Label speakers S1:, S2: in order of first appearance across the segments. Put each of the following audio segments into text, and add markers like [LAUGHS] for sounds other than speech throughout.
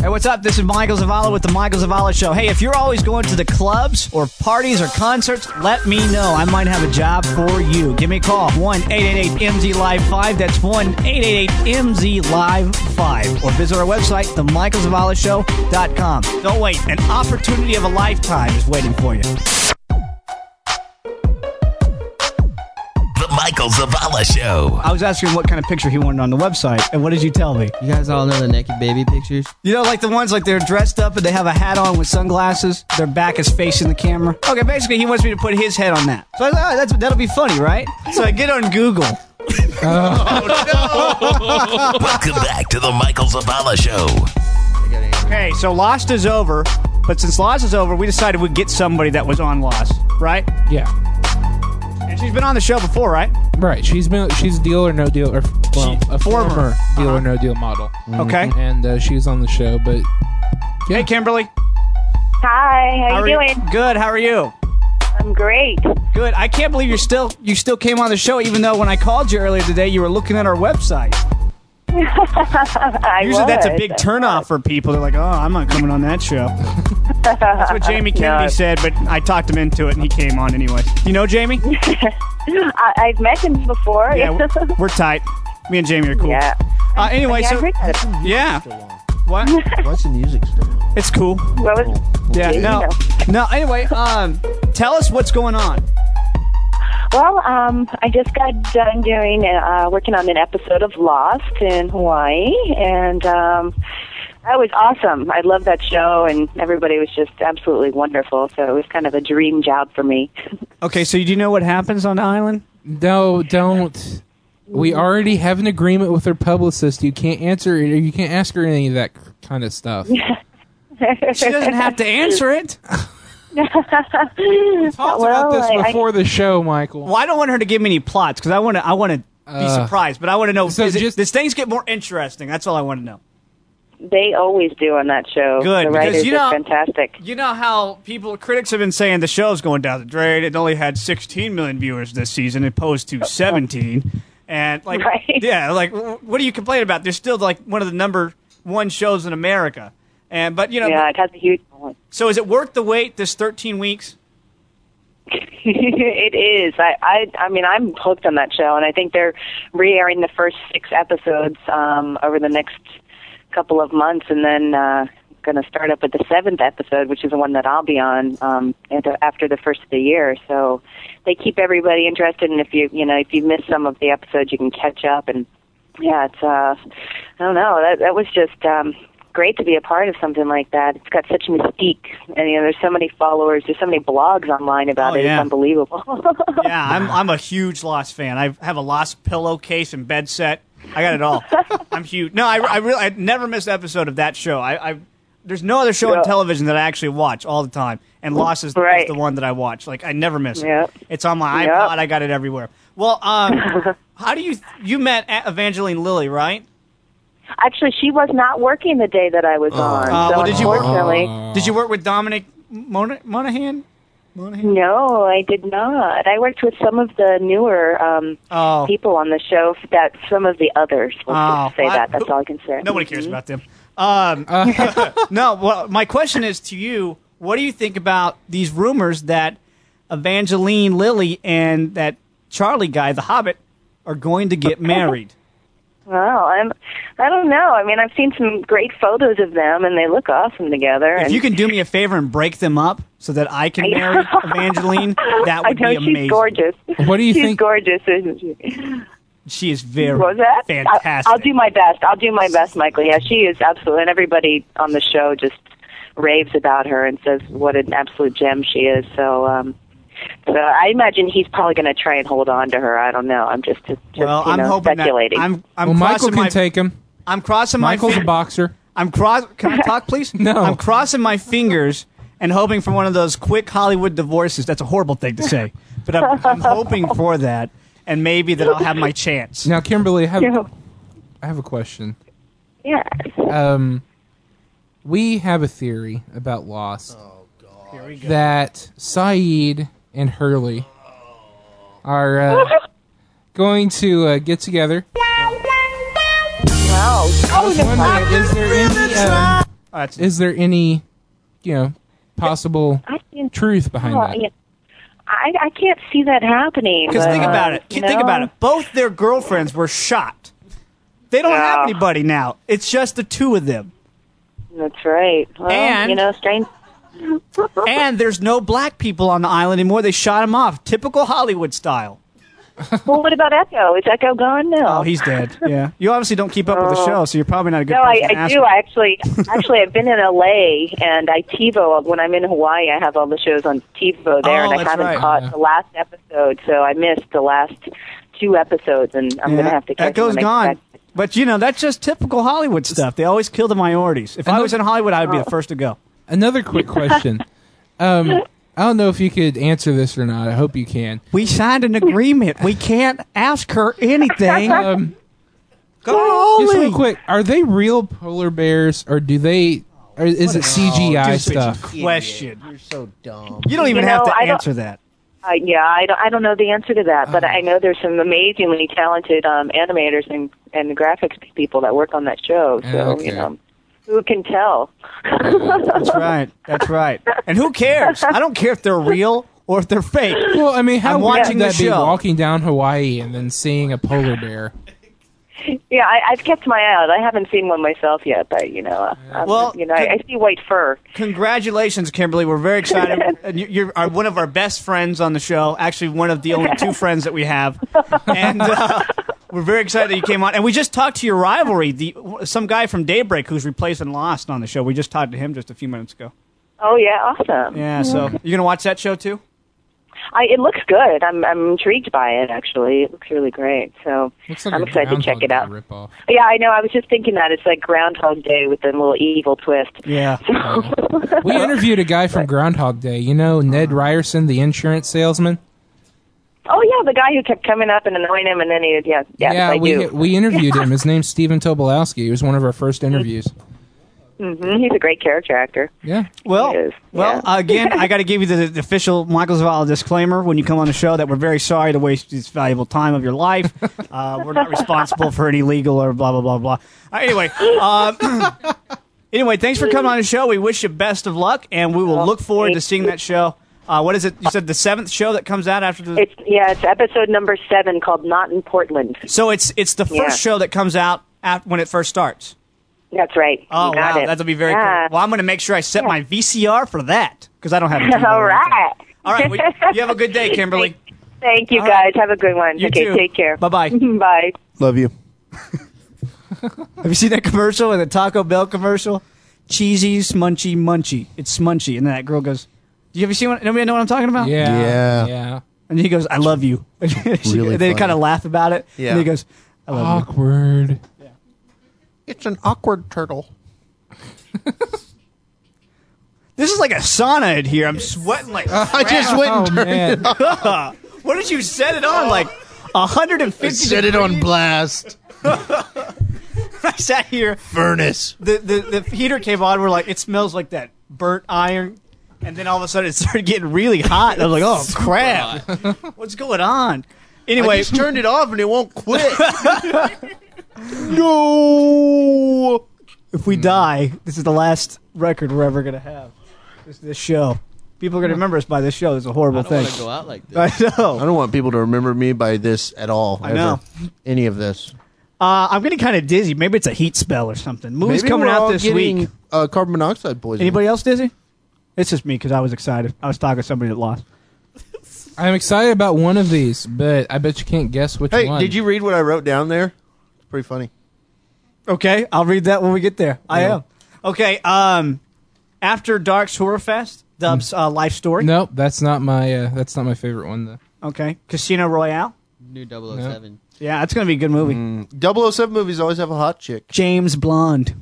S1: Hey, what's up? This is Michael Zavala with the Michael Zavala Show. Hey, if you're always going to the clubs or parties or concerts, let me know. I might have a job for you. Give me a call. 1 888 MZ Live 5. That's 1 888 MZ Live 5. Or visit our website, themichaelzavallashow.com. Don't wait. An opportunity of a lifetime is waiting for you.
S2: The Michael Zavala Show.
S1: I was asking what kind of picture he wanted on the website, and what did you tell me?
S3: You guys all know the naked baby pictures?
S1: You know, like the ones like they're dressed up and they have a hat on with sunglasses. Their back is facing the camera. Okay, basically he wants me to put his head on that. So I thought oh, that's that'll be funny, right? So I get on Google.
S2: Welcome back to the Michael Zavala Show.
S1: Okay, so Lost is over, but since Lost is over, we decided we'd get somebody that was on Lost, right?
S4: Yeah.
S1: And she's been on the show before, right?
S4: Right. She's been she's a deal or no deal or well,
S1: She-
S4: a
S1: former.
S4: former, deal
S1: Uh-huh.
S4: or no deal model.
S1: Okay.
S4: And uh, she was on the show, but
S1: Hey, Kimberly.
S5: Hi, how,
S1: are
S5: you doing?
S1: Good. How are you?
S5: I'm great. [LAUGHS]
S1: Good. I can't believe you're still you still came on the show, even though when I called you earlier today, you were looking at our website.
S5: I
S1: Usually that's a
S5: was.
S1: big turnoff for people. They're like, oh, I'm not coming on that show. that's what
S5: [LAUGHS]
S1: Jamie Kennedy
S5: No.
S1: said, but I talked him into it and he came on anyway. You know Jamie?
S5: [LAUGHS] I, I've met him before. [LAUGHS]
S1: yeah, we're, we're tight. Me and Jamie are cool.
S5: Yeah.
S1: Uh, anyway,
S5: Yeah, I
S1: so
S5: heard that.
S1: yeah, what?
S3: What's the music still?
S1: It's cool.
S5: What was,
S1: Yeah,
S5: you
S1: no,
S5: know.
S1: no. Anyway, um, tell us what's going on.
S5: well, um, I just got done doing uh, working on an episode of Lost in Hawaii, and um, that was awesome. I love that show, and everybody was just absolutely wonderful. So it was kind of a dream job for me. [LAUGHS]
S1: Okay, so do you know what happens on the island?
S4: no, don't. We already have an agreement with her publicist. You can't answer it. or You can't ask her any of that kind of
S5: [LAUGHS]
S4: stuff.
S1: She doesn't have to answer it.
S4: Talked
S5: Well,
S4: about this
S5: I- I-
S4: before the show, Michael.
S1: Well, I don't want her to give me any plots because I want to. I want to be
S4: Uh,
S1: surprised, but I want to know.
S4: so
S1: is it-
S4: just-
S1: does things get more interesting? That's all I want to know.
S5: they always do on that show.
S1: Good,
S5: the
S1: because
S5: writers
S1: you know-
S5: are fantastic.
S1: You know how people, critics have been saying the show's going down the drain. It only had 16 million viewers this season, opposed to 17. And like,
S5: [LAUGHS] Right.
S1: yeah, like, wh- what are you complaining about? They're still like one of the number one shows in America. And but you know,
S5: Yeah, it has a huge. following.
S1: so is it worth the wait? This 13 weeks?
S5: [LAUGHS] it is. I, I I mean I'm hooked on that show and I think they're re airing the first six episodes um over the next couple of months and then uh gonna start up with the seventh episode, which is the one that I'll be on, um and the- after the first of the year. So they keep everybody interested and if you you know, if you miss some of the episodes you can catch up and yeah, it's uh I don't know, that that was just um great to be a part of something like that. It's got such mystique and you know, there's so many followers, there's so many blogs online about
S1: Oh,
S5: it.
S1: yeah.
S5: It's unbelievable. [LAUGHS]
S1: Yeah, I'm I'm a huge Lost fan. I have a Lost pillowcase and bed set. I got it
S5: [LAUGHS]
S1: all. I'm huge. No, I, I really I never miss an episode of that show. I, I there's no other show on
S5: Yeah.
S1: television that I actually watch all the time, and Lost is, is
S5: Right.
S1: the one that I watch. Like I never miss it.
S5: Yep.
S1: It's on my
S5: Yep.
S1: iPod. I got it everywhere. Well,
S5: [LAUGHS]
S1: um, how do you you met A- Evangeline Lilly, right?
S5: Actually, she was not working the day that I was on.
S1: Uh,
S5: so
S1: well, did you work- Uh.
S5: unfortunately,
S1: Did you work with Dominic Mona- Monaghan? Monaghan?
S5: no, I did not. I worked with some of the newer um,
S1: Oh.
S5: people on the show. That some of the others. Let's
S1: Oh,
S5: just say
S1: I-
S5: that. That's all I can say.
S1: Nobody cares about them. Um, [LAUGHS] no, well, my question is to you: What do you think about these rumors that Evangeline Lilly and that Charlie guy, the Hobbit, are going to get married?
S5: Well, I'm. I don't know. I mean, I've seen some great photos of them, and they look awesome together.
S1: if
S5: and
S1: you can do me a favor and break them up so that I can marry Evangeline, that
S5: [LAUGHS] I
S1: would
S5: know
S1: be
S5: she's
S1: amazing.
S5: gorgeous.
S4: What do you
S5: she's
S4: think-
S5: gorgeous, isn't she?
S1: She is very
S5: What was that? I-
S1: fantastic.
S5: I'll do my best. I'll do my best, Michael. Yeah, she is absolutely, and everybody on the show just raves about her and says what an absolute gem she is. So, um, so I imagine he's probably going to try and hold on to her. I don't know. I'm just, just
S1: well,
S5: you
S1: I'm
S5: know,
S1: hoping that
S5: speculating.
S1: I'm, I'm
S4: Well, Michael
S1: crossing
S4: can
S1: my,
S4: take him.
S1: I'm crossing
S4: Michael's
S1: my [LAUGHS]
S4: a
S1: fingers.
S4: boxer.
S1: I'm cross. Can I talk, please?
S4: No.
S1: I'm crossing my fingers and hoping for one of those quick Hollywood divorces. That's a horrible thing to say, but I'm, I'm hoping for that, and maybe that I'll have my chance.
S4: Now, Kimberly, I have,
S5: Yeah.
S4: I have a question.
S5: yeah.
S4: Um, we have a theory about Lost. That Saeed and Hurley are uh,
S5: [LAUGHS]
S4: going to uh, get together.
S5: Wow. Oh,
S4: Wondering, is there any um,
S1: that's
S4: Is there any, you know, possible
S5: I can
S4: truth behind
S5: Oh,
S4: that?
S5: yeah. I, I can't see that happening.
S1: because
S5: but,
S1: think
S5: uh,
S1: about it.
S5: you
S1: Think about
S5: know?
S1: it. Both their girlfriends were shot. They don't have
S5: Yeah.
S1: anybody now. It's just the two of them.
S5: That's right. Well,
S1: And-
S5: you know, strange.
S1: And there's no black people on the island anymore. They shot him off, typical Hollywood style.
S5: well, what about Echo? Is Echo gone now?
S1: Oh, he's
S5: [LAUGHS]
S1: dead. Yeah, you obviously don't keep up with the
S5: Oh.
S1: show, so you're probably not a good
S5: no,
S1: person
S5: I,
S1: to
S5: I
S1: ask.
S5: do actually. Actually, I've been in LA and I TiVo when I'm in Hawaii. I have all the shows on TiVo there,
S1: Oh,
S5: and I
S1: that's
S5: haven't
S1: right.
S5: caught
S4: Yeah.
S5: the last episode, so I missed the last two episodes, and I'm
S1: Yeah,
S5: gonna have to catch
S1: Echo's
S5: them when I
S1: gone.
S5: get back.
S1: But you know, that's just typical Hollywood stuff. They always kill the minorities. If I
S4: And
S1: was
S4: the-
S1: in Hollywood, I would be the first to go.
S4: Another
S5: [LAUGHS]
S4: quick question. um, I don't know if you could answer this or not. I hope you can.
S1: We signed an agreement. We can't ask her anything.
S4: Um,
S1: Golly.
S4: just real quick, are they real polar bears or do they? Or is it CGI stuff?
S1: Question.
S3: You're so dumb.
S1: You don't even
S5: You
S1: have
S5: know,
S1: to
S5: I don't-
S1: answer that.
S5: Uh, yeah, I don't, I don't know the answer to that,
S1: Oh.
S5: but I know there's some amazingly talented um, animators and and graphics people that work on that show. So
S4: Okay.
S5: you know, who can tell?
S1: That's right. That's right. And who cares? I don't care if they're real or if they're fake.
S4: Well, I mean, how
S1: I'm
S4: weird
S1: watching
S4: would
S1: the
S4: that be
S1: show.
S4: walking down Hawaii and then seeing a polar bear?
S5: Yeah, I, I've kept my eye out. I haven't seen one myself yet, but you know, uh, I'm-
S1: Well,
S5: you know, I, I see white fur.
S1: Congratulations, Kimberly. We're very excited. And you- You're are one of our best friends on the show. Actually, one of the only two friends that we have. And uh, we're very excited that you came on. And we just talked to your rivalry, the some guy from Daybreak who's replacing Lost on the show. We just talked to him just a few minutes ago.
S5: Oh yeah, awesome.
S1: Yeah. So you're gonna watch that show too?
S5: I, it looks good. I'm I'm intrigued by it actually. It looks really great. So
S4: Looks like
S5: I'm
S4: a
S5: excited to check
S4: Groundhog
S5: it
S4: Day
S5: out.
S4: ripoff.
S5: Yeah, I know. I was just thinking that it's like Groundhog Day with a little evil twist.
S1: Yeah.
S4: We interviewed a guy
S5: [LAUGHS]
S4: from Groundhog Day. You know
S5: Uh-huh.
S4: Ned Ryerson, the insurance salesman.
S5: Oh yeah, the guy who kept coming up and annoying him, and then he yeah yes, I
S4: we
S5: do.
S4: we interviewed
S5: [LAUGHS]
S4: him. His name's Steven Tobolowski. He was one of our first interviews.
S5: hmm He's a great character actor.
S4: Yeah.
S1: Well,
S5: It is,
S1: well.
S5: yeah.
S1: Again,
S5: [LAUGHS]
S1: I got to give you the, the official Michael Zavala disclaimer when you come on the show that we're very sorry to waste this valuable time of your life. Uh, we're not responsible for any legal or blah blah blah blah. Uh, anyway, uh, [CLEARS THROAT] anyway, thanks for coming on the show. We wish you best of luck, and we
S5: Oh,
S1: will look forward to seeing that show. Uh, what is it? You said the seventh show that comes out after the.
S5: It's yeah, it's episode number seven called Not in Portland.
S1: so it's it's the first
S5: Yeah.
S1: show that comes out at, when it first starts.
S5: That's right.
S1: Oh
S5: you got
S1: wow,
S5: it.
S1: that'll be very
S5: yeah.
S1: cool. Well, I'm going to make sure I set my VCR for that because I don't
S5: [LAUGHS]
S1: have. a TV
S5: All
S1: or anything.
S5: right.
S1: All right. Well, you have a good
S5: [LAUGHS]
S1: day, Kimberly.
S5: Thank you
S1: All
S5: guys.
S1: right.
S5: Have a good one.
S1: You
S5: okay,
S1: too.
S5: take care.
S1: Bye-bye.
S5: [LAUGHS] Bye.
S6: Love you.
S1: Have you seen that commercial and the Taco Bell commercial? Cheesy, smunchy, munchy. It's smunchy. And then that girl goes, Do you ever see one? Nobody know what I'm talking about?
S4: Yeah.
S6: Yeah.
S4: Yeah.
S1: And he goes, I love you. [LAUGHS] And she-
S6: Really
S1: they
S6: funny.
S1: kind of laugh about it.
S6: Yeah. Oh.
S1: And he goes, I love you.
S4: Awkward.
S6: It's an awkward turtle. [LAUGHS]
S1: This is like a sauna in here. I'm sweating
S6: [LAUGHS]
S1: like.
S6: I just went
S4: Oh
S6: and turned [LAUGHS]
S4: man.
S1: what did you set it on? Like 150
S6: set it on blast.
S1: I sat here.
S6: Furnace.
S1: The, the, the heater came on. We're like, It smells like that burnt iron. And then all of a sudden it started getting really hot. And I was like,
S6: [LAUGHS]
S1: Oh, crap. What's going on? Anyway,
S6: I just turned it off and it won't [LAUGHS] quit. no.
S1: if we die, this is the last record we're ever going to have. This, this show. People are going to remember us by this show. It's a horrible
S3: I don't want
S1: thing.
S3: to go out like this.
S1: [LAUGHS] I
S6: I
S1: know.
S6: don't want people to remember me by this at all.
S1: I know.
S6: ever. Any of this.
S1: Uh, I'm getting kind of dizzy. Maybe it's a heat spell or something. Movie's
S6: Maybe
S1: coming
S6: we're
S1: out
S6: all
S1: this
S6: getting,
S1: week.
S6: Uh, carbon monoxide poisoning.
S1: Anybody else dizzy? It's just me because I was excited. I was talking to somebody that lost.
S4: I'm excited about one of these, but I bet you can't guess which
S6: Hey,
S4: one.
S6: did you read what I wrote down there? It's pretty funny.
S1: Okay, I'll read that when we get there. I am. Okay, um, after Dark's Horror Fest, Dub's uh, life story.
S4: Nope, that's not my uh, that's not my favorite one though.
S1: Okay, Casino Royale.
S3: New 007.
S1: [LAUGHS] Yeah, it's going to be a good movie.
S6: Mm. 007 movies always have a hot chick.
S1: James Blonde.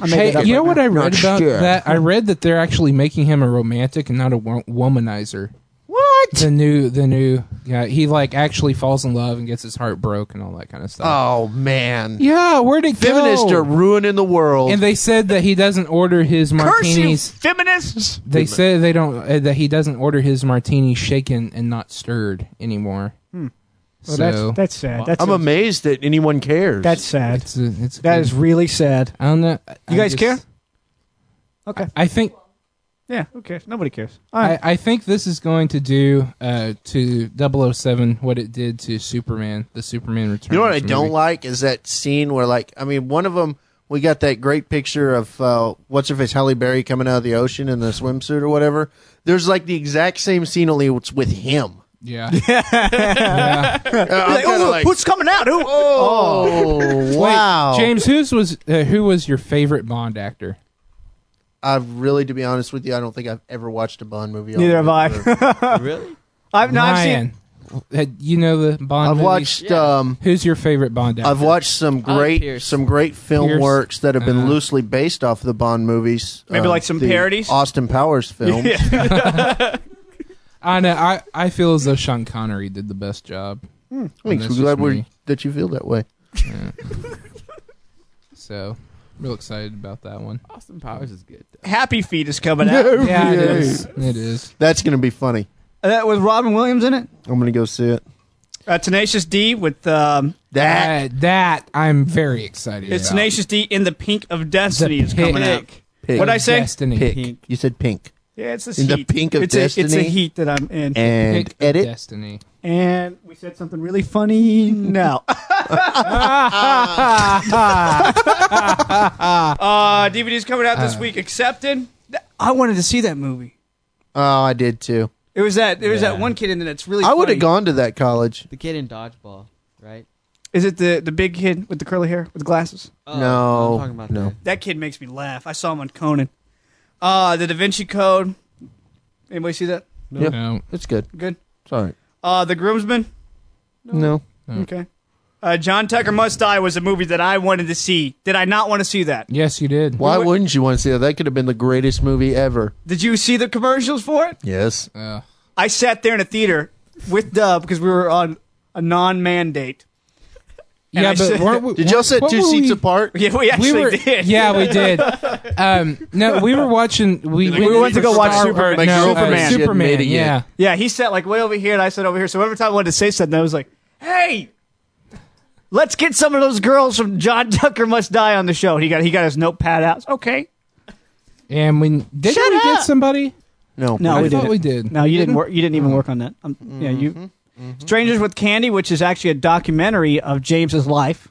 S1: I made
S4: Hey,
S1: that up
S4: you know
S1: right
S4: what
S1: now.
S4: I read
S6: Not
S4: about
S6: sure.
S4: that?
S6: [LAUGHS]
S4: I read that they're actually making him a romantic and not a wo- womanizer.
S6: What?
S4: The new, the new, yeah, he like actually falls in love and gets his heart broke and all that kind of stuff.
S6: Oh man.
S4: yeah, where'd it
S6: Feminists
S4: go?
S6: are ruining the world.
S4: And they said that he doesn't order his martinis.
S1: feminists.
S4: They said they don't uh, that he doesn't order his martinis shaken and not stirred anymore.
S1: Hmm. Well,
S4: so
S1: that's that's sad. That's
S6: I'm amazed that anyone cares.
S1: that's sad.
S4: it's a, it's a-
S1: That is really sad.
S4: I don't know.
S1: You guys care? Okay.
S4: I think
S1: Yeah. Who cares? Nobody cares. All right.
S4: I, I think this is going to do uh, to 007 what it did to Superman, the Superman Returns.
S6: You know what I don't
S4: movie.
S6: like is that scene where, like, I mean, one of them, we got that great picture of uh, what's her face, Halle Berry coming out of the ocean in the swimsuit or whatever. There's like the exact same scene only it's with
S4: [LAUGHS]
S6: him. [LAUGHS]
S4: Yeah.
S6: Uh, I'm
S1: Like,
S4: oh,
S6: kinda
S1: "Ooh,
S6: like,
S1: who's coming out? Who?
S6: oh wow,
S4: Wait, James, who's was uh, who was your favorite Bond actor?
S6: I really, to be honest with you, I don't think I've ever watched a Bond movie.
S1: Neither have I.
S3: really?
S1: I've no, I've seen.
S4: Ryan. Uh, You know the
S1: [LAUGHS]
S4: Bond.
S6: I've
S4: movies?
S6: watched.
S3: Yeah.
S6: Um,
S4: Who's your favorite Bond actor?
S6: I've watched some
S3: Alan
S6: great
S3: Pierce.
S6: some great film
S4: Pierce.
S6: works that have been
S4: Uh.
S6: loosely based off the Bond movies.
S1: Uh-huh.
S6: uh,
S1: Maybe like some
S6: the
S1: parodies? [LAUGHS]
S6: Austin Powers films.
S4: I know. I, I feel as though Sean Connery did the best job.
S6: Thanks.
S4: That's
S6: We're
S4: just
S6: glad we're,
S4: me.
S6: that you feel that way.
S4: So, real excited about that one.
S7: Austin Powers is good. Though.
S1: Happy Feet is coming out.
S4: Yeah, it
S6: Yay.
S4: is. It is.
S6: That's gonna be funny.
S1: Uh, that with Robin Williams in it.
S6: I'm gonna go see it.
S1: Uh, Tenacious D with um,
S6: That
S4: Uh, that I'm very excited.
S1: it's
S4: about.
S1: Tenacious D in the Pink of Destiny is coming out.
S4: Pick.
S6: pig.
S1: What'd I say?
S4: Destiny.
S6: Pick. You said pink
S1: Yeah, it's this
S6: In the
S1: heat.
S6: Pink of
S1: it's a, It's a
S6: Destiny?
S1: heat that I'm in.
S6: and
S4: Pick of
S6: edit.
S4: Destiny.
S1: And we said something really funny now. [LAUGHS] uh, DVD's coming out this week. Accepted. Th- I wanted to see that movie.
S6: Oh, I did too.
S1: It was that. It was
S4: Yeah.
S1: that one kid in it that's really.
S6: I would
S1: funny.
S6: have gone to that college.
S3: The kid in Dodgeball, right?
S1: Is it the the big kid with the curly hair with the glasses?
S3: Oh,
S6: No,
S3: I'm talking about
S6: no.
S3: that.
S1: That kid makes me laugh. I saw him on Conan. Uh, the Da Vinci Code. Anybody see that?
S6: Yeah.
S4: No.
S6: It's good.
S1: Good.
S6: It's all right.
S1: Uh, the Groomsman.
S6: No.
S1: Okay. Uh, John Tucker Must Die was a movie that I wanted to see. Did I not want to see that?
S4: Yes, you did.
S6: Why wouldn't you want to see that? That could have been the greatest movie ever.
S1: Did you see the commercials for it?
S6: Yes.
S4: Uh,
S1: I sat there in a theater with Dub because we were on a non-mandate. [LAUGHS] And
S4: yeah,
S1: I
S4: but
S1: said-
S4: weren't we,
S6: Did y'all sit
S4: what
S6: two
S4: were
S6: seats
S4: we-
S1: [LAUGHS]
S6: apart?
S1: Yeah, we actually
S4: we were,
S1: did.
S4: [LAUGHS] yeah, we did. Um, no, we were watching. We,
S1: We went to go watch
S4: Star-
S1: Superman.
S4: or No, uh,
S1: Superman.
S4: Superman.
S6: Admitting it.
S4: Yeah,
S1: [LAUGHS] Yeah, he sat like way over here, and I sat over here. So every time I wanted to say something, I was like, "Hey, let's get some of those girls from John Tucker Must Die on the show." He got he got his notepad out. Okay,
S4: and we did
S1: Shut
S4: we
S1: up.
S4: get somebody?
S6: No.
S1: No,
S4: I
S1: we
S4: thought
S1: didn't.
S4: we did. Mm-hmm.
S1: No, you didn't work. You didn't even work on that. Um, Yeah, you. Strangers with Candy, which is actually a documentary of James's
S4: [LAUGHS]
S1: life.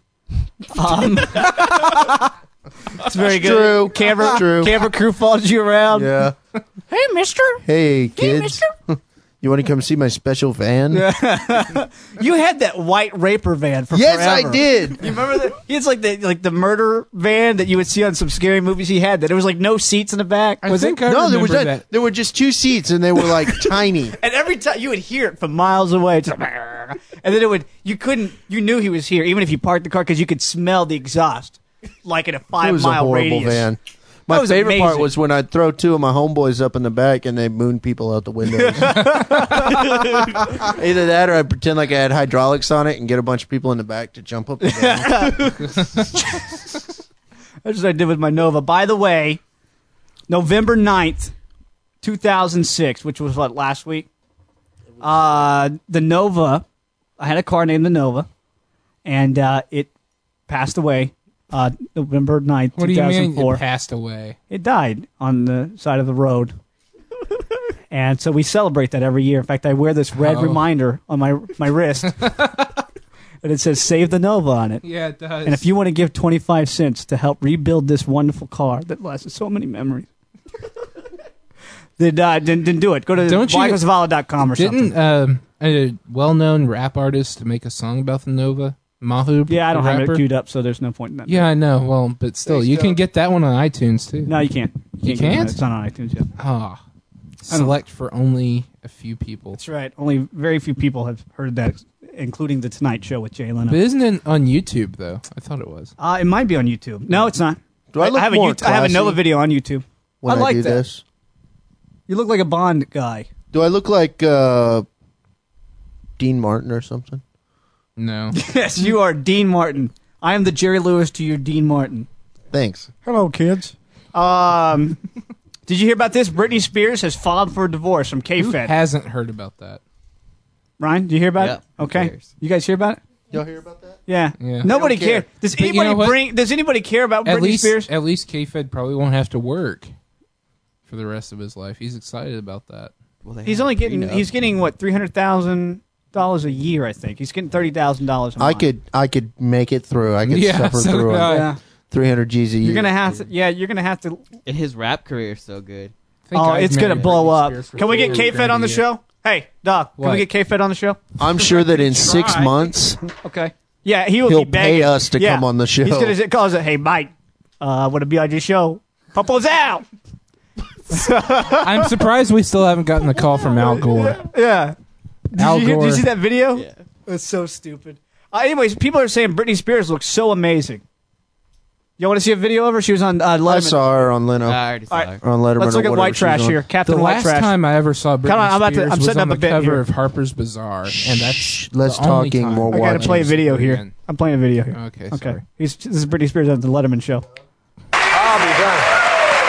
S1: Um, it's very
S6: It's
S1: good.
S6: true.
S1: Camera,
S6: It's true.
S1: camera crew follows you around.
S6: Yeah.
S1: Hey, Mister.
S6: Hey
S1: Hey,
S6: kids,
S1: Mister.
S6: [LAUGHS] you want to come see my special van?
S1: You had that white raper van for
S6: Yes,
S1: forever.
S6: I did.
S1: You remember that? It's like the like the murder van that you would see on some scary movies. He had that. It was like no seats in the back.
S4: I
S1: was
S4: think
S1: it?
S4: I
S6: no,
S4: remember
S6: there was
S4: that.
S6: that. There were just two seats, and they were like [LAUGHS] tiny.
S1: And every time you would hear it from miles away, it's like, "Brrr." and then it would. You couldn't. You knew he was here, even if you parked the car, because you could smell the exhaust, like in a
S6: It
S1: five
S6: was a
S1: mile
S6: horrible
S1: radius.
S6: van.
S1: That
S6: My
S1: was
S6: favorite part
S1: amazing.
S6: was when I'd throw two of my homeboys up in the back and they moon people out
S1: [LAUGHS]
S6: the windows. Either that or I'd pretend like I had hydraulics on it and get a bunch of people in the back to jump up. The
S1: [LAUGHS]
S6: van.
S1: That's what I did with my Nova. By the way, November 9th, 2006, which was what, last week? Uh, the Nova, I had a car named the Nova, and uh, it passed away uh, November 9th,
S4: What do you mean?
S1: 2004.
S4: It passed away.
S1: it died on the side of the
S4: [LAUGHS]
S1: road. and so we celebrate that every year. In fact, I wear this red
S4: Oh.
S1: reminder on my, my
S4: [LAUGHS]
S1: wrist, and it says Save the Nova on it.
S4: Yeah, it does.
S1: And if you want to give 25 cents to help rebuild this wonderful car that lasted so many memories, [LAUGHS] then, uh, then, then do it. Go to
S4: Don't you-
S1: michaelsvala.com or
S4: didn't
S1: something.
S4: um, a well-known rap artist make a song about the Nova Mahub?
S1: Yeah, I don't
S4: the
S1: have
S4: rapper?
S1: it queued up, so there's no point in that.
S4: Yeah, I know. Well, but still, you can get that one on iTunes too.
S1: No, you can't.
S4: You
S1: get it on-
S4: can't?
S1: It's not on iTunes yet.
S4: Ah, select for only a few people.
S1: That's right. Only very few people have heard that, including The Tonight Show with Jay Leno.
S4: But isn't it on YouTube though? I thought it was.
S1: uh, it might be on YouTube. No, it's not.
S6: Do I look
S1: have,
S6: more
S1: a YouTube, I have a
S6: classy
S1: Nova video on YouTube.
S6: when
S1: I
S6: I,
S1: like
S6: do
S1: that.
S6: this,
S1: You look like a Bond guy. [LAUGHS]
S6: do I look like uh, Dean Martin or something?
S4: [LAUGHS] No.
S1: Yes, you are Dean Martin. I am the Jerry Lewis to your Dean Martin.
S6: Thanks.
S1: Hello, kids. Um, [LAUGHS] did you hear about this? Britney Spears has filed for a divorce from
S4: Who
S1: K-Fed.
S4: hasn't heard about that?
S1: Ryan, do you hear about
S3: Yep,
S1: it?
S3: who
S1: Okay,
S3: cares?
S1: you guys hear about it?
S6: Y'all hear about that?
S1: Yeah.
S4: Yeah.
S1: Nobody
S6: I don't care.
S1: cares. Does
S4: But you
S1: anybody
S4: know what?
S1: bring? Does anybody care about
S4: At
S1: Britney
S4: least,
S1: Spears?
S4: at least K-Fed probably won't have to work. for the rest of his life. He's excited about that.
S3: Well, they
S1: He's
S3: have
S1: only
S3: a
S1: getting
S3: prenup.
S1: he's getting what three hundred thousand dollars a year. I think he's getting thirty thousand dollars.
S6: I could I could make it
S1: [LAUGHS]
S6: through. I could
S4: Yeah,
S6: suffer
S4: so
S6: through
S4: could I.
S1: Yeah.
S6: 300 G's a year.
S1: You're gonna have to. Yeah, you're gonna have to.
S3: And his rap career is so good.
S4: I think
S1: Oh,
S4: I'd
S1: it's gonna
S4: marry
S1: blow
S4: Britney
S1: up.
S4: Spears for
S1: Can we get
S4: 40
S1: K Fed on the
S4: grand a year.
S1: show? Hey, Doc, can
S4: What?
S1: we get K Fed on the show?
S6: I'm sure
S1: [LAUGHS]
S6: that in six
S4: Try.
S6: months,
S1: Okay. Yeah, he will
S6: He'll
S1: be begging.
S6: pay us to
S1: Yeah.
S6: come on the show.
S1: He's gonna say- call us. Hey, Mike, uh, want to be on your show? Popo's
S6: [LAUGHS]
S1: out.
S4: I'm surprised we still haven't gotten the call from Al
S1: [LAUGHS]
S4: Gore.
S1: Yeah. Did,
S4: Al
S1: you, hear- did
S4: Gore.
S1: you see that video?
S3: Yeah.
S1: It's so stupid. Uh, anyways, people are saying Britney Spears looks so amazing. Y'all want to see a video of her? She was on uh, Letterman.
S6: I saw her on Leno.
S3: I already saw
S1: All
S3: her.
S1: right.
S6: or on Letterman.
S1: Let's
S6: or
S1: look at
S6: whatever
S1: White
S6: she was
S1: Trash
S6: on.
S1: here. Captain
S4: The
S1: White
S4: last
S1: Trash.
S4: time I ever saw Britney
S1: on, I'm about to-
S4: Spears
S1: I'm
S4: was
S1: setting
S4: on
S1: up a
S4: the
S1: bit
S4: cover
S1: here.
S4: of Harper's Bazaar, and that's
S6: Let's
S4: the only
S6: talking,
S4: time
S6: we'll
S1: I gotta
S6: watch
S1: play a
S4: it.
S1: video here.
S4: Again.
S1: I'm playing a video here.
S4: Okay,
S1: Okay.
S4: sorry.
S1: He's, this is Britney Spears on the Letterman show.
S7: I'll be done.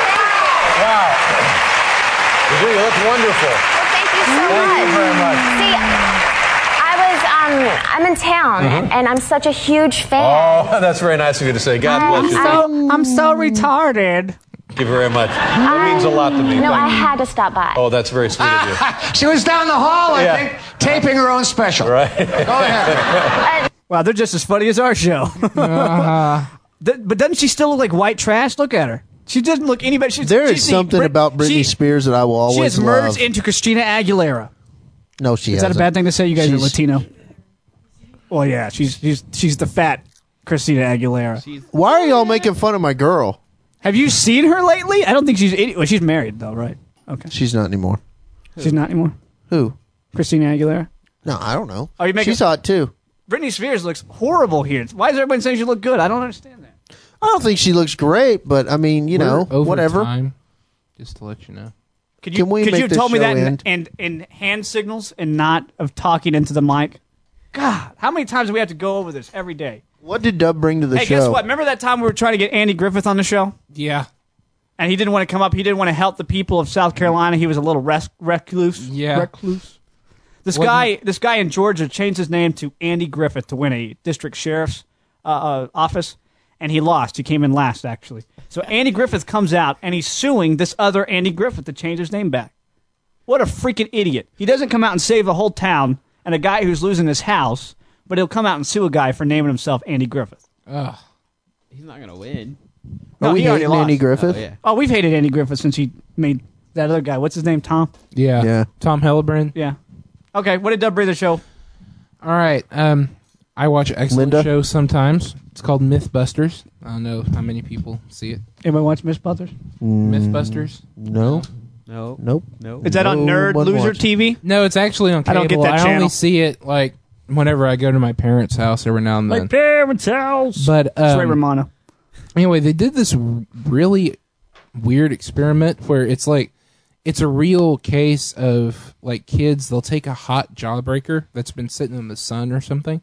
S7: Wow. You look wonderful.
S8: Thank you so
S7: Thank you
S8: much.
S7: very much.
S8: See, I was um, I'm in town, and I'm such a huge fan.
S7: Oh, [LAUGHS] that's very nice of you to say. God bless you. Thank
S1: I'm so retarded.
S7: you very much. That means a lot to me.
S8: No, I
S7: Thank you.
S8: had to stop by.
S7: Oh, that's very sweet of you.
S9: She was down the hall, I
S7: Yeah.
S9: think, taping her own special.
S7: Right?
S9: Go ahead.
S1: [LAUGHS]
S9: Uh-huh.
S1: Wow, they're just as funny as our show. [LAUGHS] Th- but doesn't she still look like white trash? Look at her. She doesn't look any better. She's,
S6: There
S1: she's
S6: is
S1: the
S6: something
S1: Brit-
S6: about Britney
S1: she-
S6: Spears that I will always
S1: She has
S6: love.
S1: merged into Christina Aguilera.
S6: no, she
S1: Is that a bad thing to say? You guys
S6: She's-
S1: are Latino. Well, yeah, she's she's she's the fat Christina Aguilera.
S6: Why are y'all making fun of my girl?
S1: Have you seen her lately? I don't think she's. Any- well, she's married though, right? Okay,
S6: She's not anymore.
S1: she's not anymore.
S6: Who?
S1: Christina Aguilera.
S6: No, I don't know.
S1: Are you making-
S6: She's hot too.
S1: Britney Spears looks horrible here. Why is everyone saying she looked good? I don't understand that.
S6: I don't think she looks great, but I mean, you know,
S4: We're over
S6: whatever.
S4: time, just to let you know.
S1: Could you
S6: Can we
S1: could
S6: make
S1: you have
S6: this
S1: told me
S6: show
S1: that in,
S6: end?
S1: in in hand signals and not of talking into the mic? God, how many times do we have to go over this every day?
S6: What did Dub bring to the
S1: Hey,
S6: show?
S1: guess what? Remember that time we were trying to get Andy Griffith on the show?
S4: Yeah,
S1: and he didn't want to come up. He didn't want to help the people of South Carolina. He was a little res- recluse.
S4: Yeah.
S1: recluse. This
S4: Wasn't-
S1: guy, this guy in Georgia, changed his name to Andy Griffith to win a district sheriff's uh, uh, office, and he lost. He came in last, actually. So Andy Griffith comes out, and he's suing this other Andy Griffith to change his name back. What a freaking idiot! He doesn't come out and save a whole town and a guy who's losing his house, but he'll come out and sue a guy for naming himself Andy Griffith.
S3: He's not gonna win.
S6: Are
S1: No,
S6: we
S1: he already
S6: hating Andy
S1: lost.
S6: Griffith?
S3: Oh, yeah.
S1: Oh, we've hated Andy Griffith since he made that other guy. What's his name? Tom.
S4: yeah,
S6: Yeah.
S4: Tom Hellebrand.
S1: Yeah. Okay. What did Dub Breather show?
S4: All right. Um, I watch an excellent
S6: Linda?
S4: show sometimes. It's called MythBusters. I don't know how many people see it.
S1: Anybody watch Miss Butters?
S4: MythBusters.
S6: Mm. No,
S3: No.
S6: nope.
S3: No.
S1: Is that on
S6: No
S1: Nerd
S6: one
S1: Loser
S6: watched.
S1: TV?
S4: No, it's actually on
S1: I
S4: cable.
S1: don't get that channel.
S4: only see it like whenever I go to my parents' house every now and then.
S1: parents' house.
S4: but
S1: it's Ray
S4: um,
S1: Romano.
S4: anyway, they did this r- really weird experiment where it's like it's a real case of like kids. They'll take a hot jawbreaker that's been sitting in the sun or something,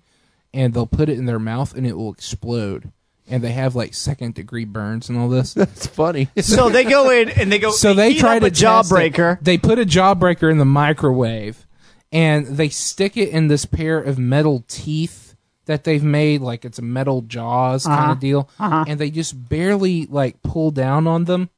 S4: and they'll put it in their mouth and it will explode. And they have like second degree burns and all this.
S6: It's funny.
S1: So they go in and they go.
S4: so they
S1: heat
S4: try
S1: up
S4: to
S1: a
S4: test it.
S1: jawbreaker.
S4: They put a jawbreaker in the microwave, and they stick it in this pair of metal teeth that they've made, like it's a metal jaws
S1: Uh-huh.
S4: kind of deal. And they just barely like pull down on them,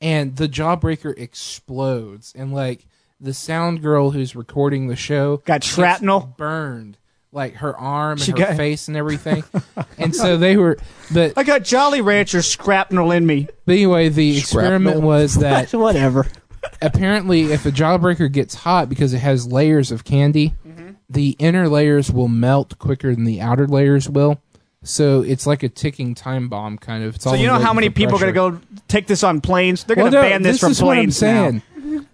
S4: and the jawbreaker explodes, and like the sound girl who's recording the show
S1: Got
S4: gets
S1: shrapnel?
S4: burned. Like her arm and
S1: She
S4: her
S1: got-
S4: face and everything,
S1: [LAUGHS]
S4: and so they were. But,
S1: I got Jolly Rancher scrapnel in
S4: [LAUGHS]
S1: me.
S4: but anyway, the
S1: [LAUGHS]
S4: experiment was that
S1: Whatever.
S4: apparently if a jawbreaker gets hot because it has layers of candy
S1: Mm-hmm.
S4: the inner layers will melt quicker than the outer layers will so it's like a ticking time bomb kind of it's
S1: So you know how many people are going to go take this on planes? They're going to ban this, from
S4: is what I'm
S1: planes now.
S4: saying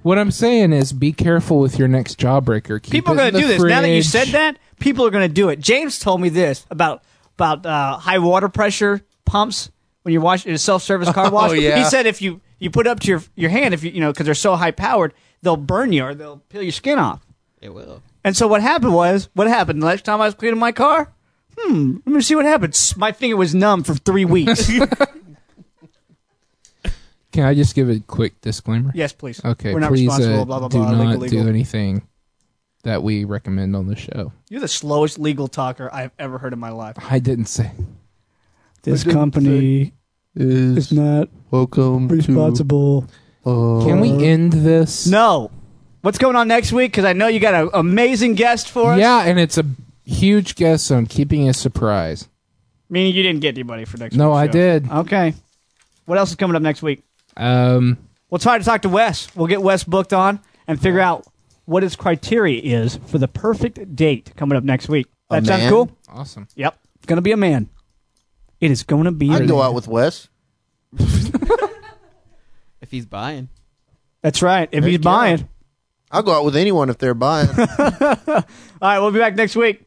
S4: what i'm saying is be careful with your next jawbreaker Keep
S1: People are
S4: it
S1: going
S4: in
S1: to
S4: the
S1: do this. Now that you
S4: fridge.
S1: said that, people are going to do it. James told me this about about uh, high water pressure pumps when you're washing a self service
S4: [LAUGHS] Oh,
S1: car wash.
S6: yeah.
S1: He said if you you put up to your your hand if you you know because they're so high powered, they'll burn you or they'll peel your skin off.
S3: It will.
S1: And so what happened was, what happened? The next time I was cleaning my car, hmm, let me see what happens. My finger was numb for three
S4: [LAUGHS]
S1: weeks.
S4: can i just give a quick disclaimer
S1: yes, please.
S4: okay
S1: We're not
S4: please
S1: responsible.
S4: uh,
S1: blah blah
S4: do
S1: blah.
S4: not
S1: legal, legal.
S4: do anything that we recommend on the show
S1: You're the slowest legal talker I've ever heard in my life.
S4: i didn't say
S1: This
S6: company
S1: not
S6: Welcome to
S1: responsible.
S4: Can
S1: Oh.
S4: we end this?
S1: No. What's going on next week? Because I know you got an amazing guest for us.
S4: Yeah, and it's a huge guess, so I'm keeping it a surprise.
S1: Meaning you didn't get anybody for next week.
S4: No, I did.
S1: Okay. What else is coming up next week?
S4: Um,
S1: We'll try to talk to Wes. We'll get Wes booked on and figure out what his criteria is for the perfect date coming up next week. That sounds
S6: man?
S1: cool?
S4: awesome.
S1: Yep. It's going to be a man. It is going to be a
S6: I'd go
S1: man.
S6: out with Wes.
S3: If he's buying,
S1: That's right. If he's
S6: go.
S1: buying.
S6: I'll go out with anyone if they're buying.
S1: All right. We'll be back next week.